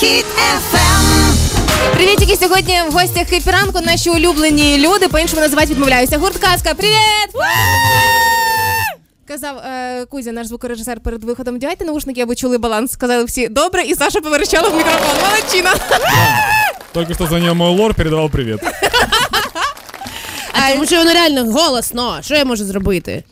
Хіт FM. Привітики сьогодні в гостях хепіранку наші улюблені люди. По-іншому називають відмовляюся. Гурт казка. Привіт! Казав е, Кузя, наш звукорежисер перед виходом. Дівайте наушники, аби чули баланс. Сказали всі добре, і Саша поверещала в мікрофон. Молодчина. Только что звонил мой лор, передавал привет. Е, Тому що воно реально голосно. Що я можу зробити?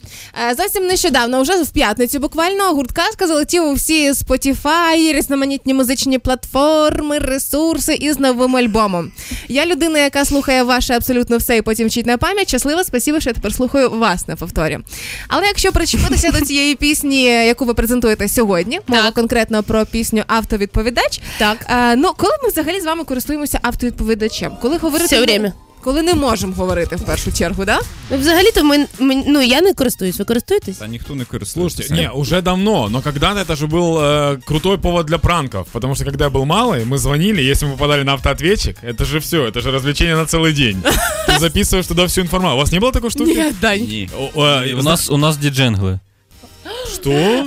Е, Зовсім нещодавно, вже в п'ятницю, буквально гурт казка залетів у всі Spotify, різноманітні музичні платформи, ресурси із новим альбомом. Я людина, яка слухає ваше абсолютно все і потім вчить на пам'ять. Щаслива, спасіба, що я тепер слухаю вас на повторі. Але якщо причепитися до цієї пісні, яку ви презентуєте сьогодні, мова Так. конкретно про пісню Автовідповідач. Так. е, ну коли ми взагалі з вами користуємося автовідповідачем? Коли говорити Все время. коли не можемо говорити в першу чергу, да? Ну, взагалі-то ми, ми- ну я не користуюсь, ви користуєтесь? Да никто не користується. Слушайте, не, уже давно, но когда-то это же был э, крутой повод для пранков. Потому что когда я был малый, мы звонили, если мы попадали на автоответчик, это же все, это же развлечение на целый день. Ты записываешь туда всю информацию. У вас не было такой штуки? Дань. Ні. О, э, У нас, у нас дідженгли. Что?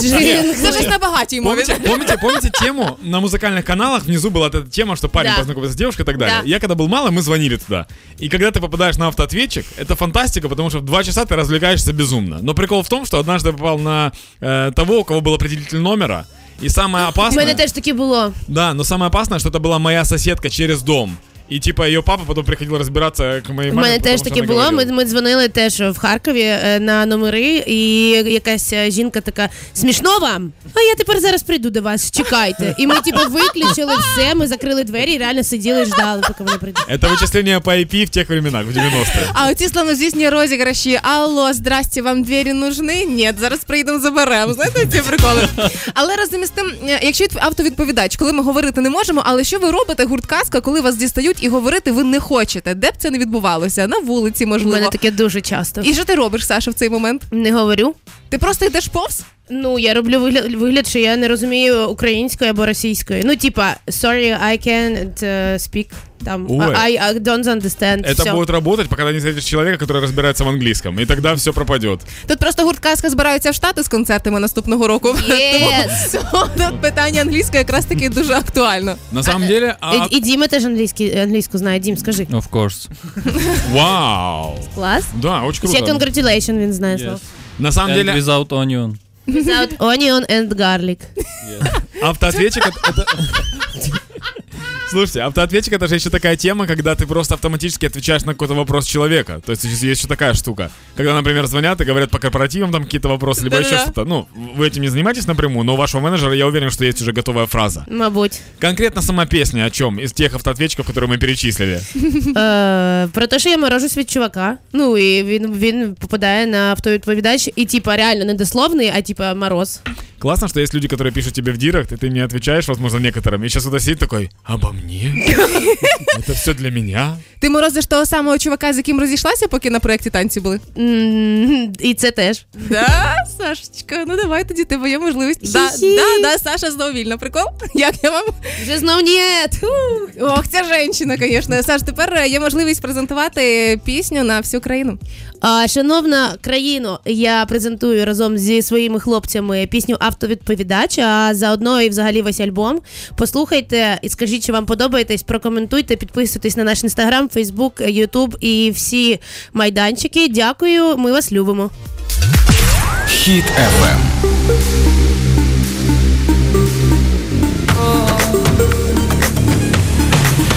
Діджинг. Це ж на багатій мові. Помните, помните, помните тему? На музыкальных каналах внизу была эта тема, что парень Да. познакомился с девушкой и так далее. Да. Я когда был малый, мы звонили туда. И когда ты попадаешь на автоответчик, это фантастика, потому что в два часа ты развлекаешься безумно. Но прикол в том, что однажды я попал на э, того, у кого был определитель номера. И самое У мене опасное... теж таке було. Да, но самое опасное, что это была моя соседка через дом. І типа ее папа потом приходил разбираться к моей У маме. мене потому теж що таке вона було. Ми, говорила. ми дзвонили теж в Харкові е, на номери, і якась е, жінка така: смішно вам? А я тепер зараз прийду до вас, чекайте. І ми типу виключили все, ми закрили двері і реально сиділи і ждали, поки вона прийде. Это вычисление по IP в тех временах, в 90-е. А оці славнозвісні розіграші. Алло, здрасте, вам двері нужны? Ні, зараз прийдемо заберемо. Знаєте ці приколи. Але разом із тим, е, якщо від- автовідповідач, коли ми говорити не можемо, але що ви робите, гурт казка, коли вас дістають і говорити ви не хочете? Де б це не відбувалося? На вулиці, У мене можливо. таке дуже часто. І що ти робиш, Саша, в цей момент? Не говорю. Ти просто йдеш повз? Ну, я роблю вигляд, вигляд, що я не розумію української або російської. Ну, типа, sorry, I can't uh, speak. Там, Ой. I, I don't understand. Это Всё. будет работать, пока ты не встретишь человека, который разбирается в английском. И тогда все пропадет. Тут просто гурт казка збирається в штати з концертами наступного року. Yes. Тому тут питання англійської якраз таки дуже актуально. На самом деле, а- І, і Діма теж англійський, англійську знає. Дім, скажи. Ну, Of course. вау. Клас. Да, очень Ще круто. congratulation він знає Yes. слово. На самом And деле, without onion. Without onion and garlic. автоответчик это- это... Слушайте, автоответчик это же еще такая тема, когда ты просто автоматически отвечаешь на какой-то вопрос человека. То есть есть еще такая штука. Когда, например, звонят и говорят по корпоративам там какие-то вопросы, либо еще Да-да-да. что-то. Ну, вы этим не занимаетесь напрямую, но у вашего менеджера я уверен, что есть уже готовая фраза. Мабуть. Конкретно сама песня о чем из тех автоответчиков, которые мы перечислили. Е, про те, що я морожусь від чувака. Ну і він, він попадає на автовідповідач, і типа реально не дословний, а типа мороз. Классно, что есть люди, которые пишут тебе в директ, и ты мне отвечаешь, возможно, некоторым. И сейчас кто-то сидит такой, обо мне? Это все для меня? Ти морозиш того самого чувака, з яким розійшлася, поки на проєкті танці були? М, І це теж. Да, Сашечка, ну давай тоді тебе є можливість. Да, Хі-хі. да, да, Саша знову вільна. Прикол? Як я вам? Вже знов ні. Ох, ця жінка, звісно. Саш, тепер е, є можливість презентувати пісню на всю країну. А, Шановна країно, я презентую разом зі своїми хлопцями пісню Автовідповідач, а заодно і взагалі весь альбом. Послухайте і скажіть, чи вам подобаєтесь, прокоментуйте, підписуйтесь на наш інстаграм, Фейсбук, Ютуб і всі майданчики. Дякую, ми вас любимо. Хіт FM.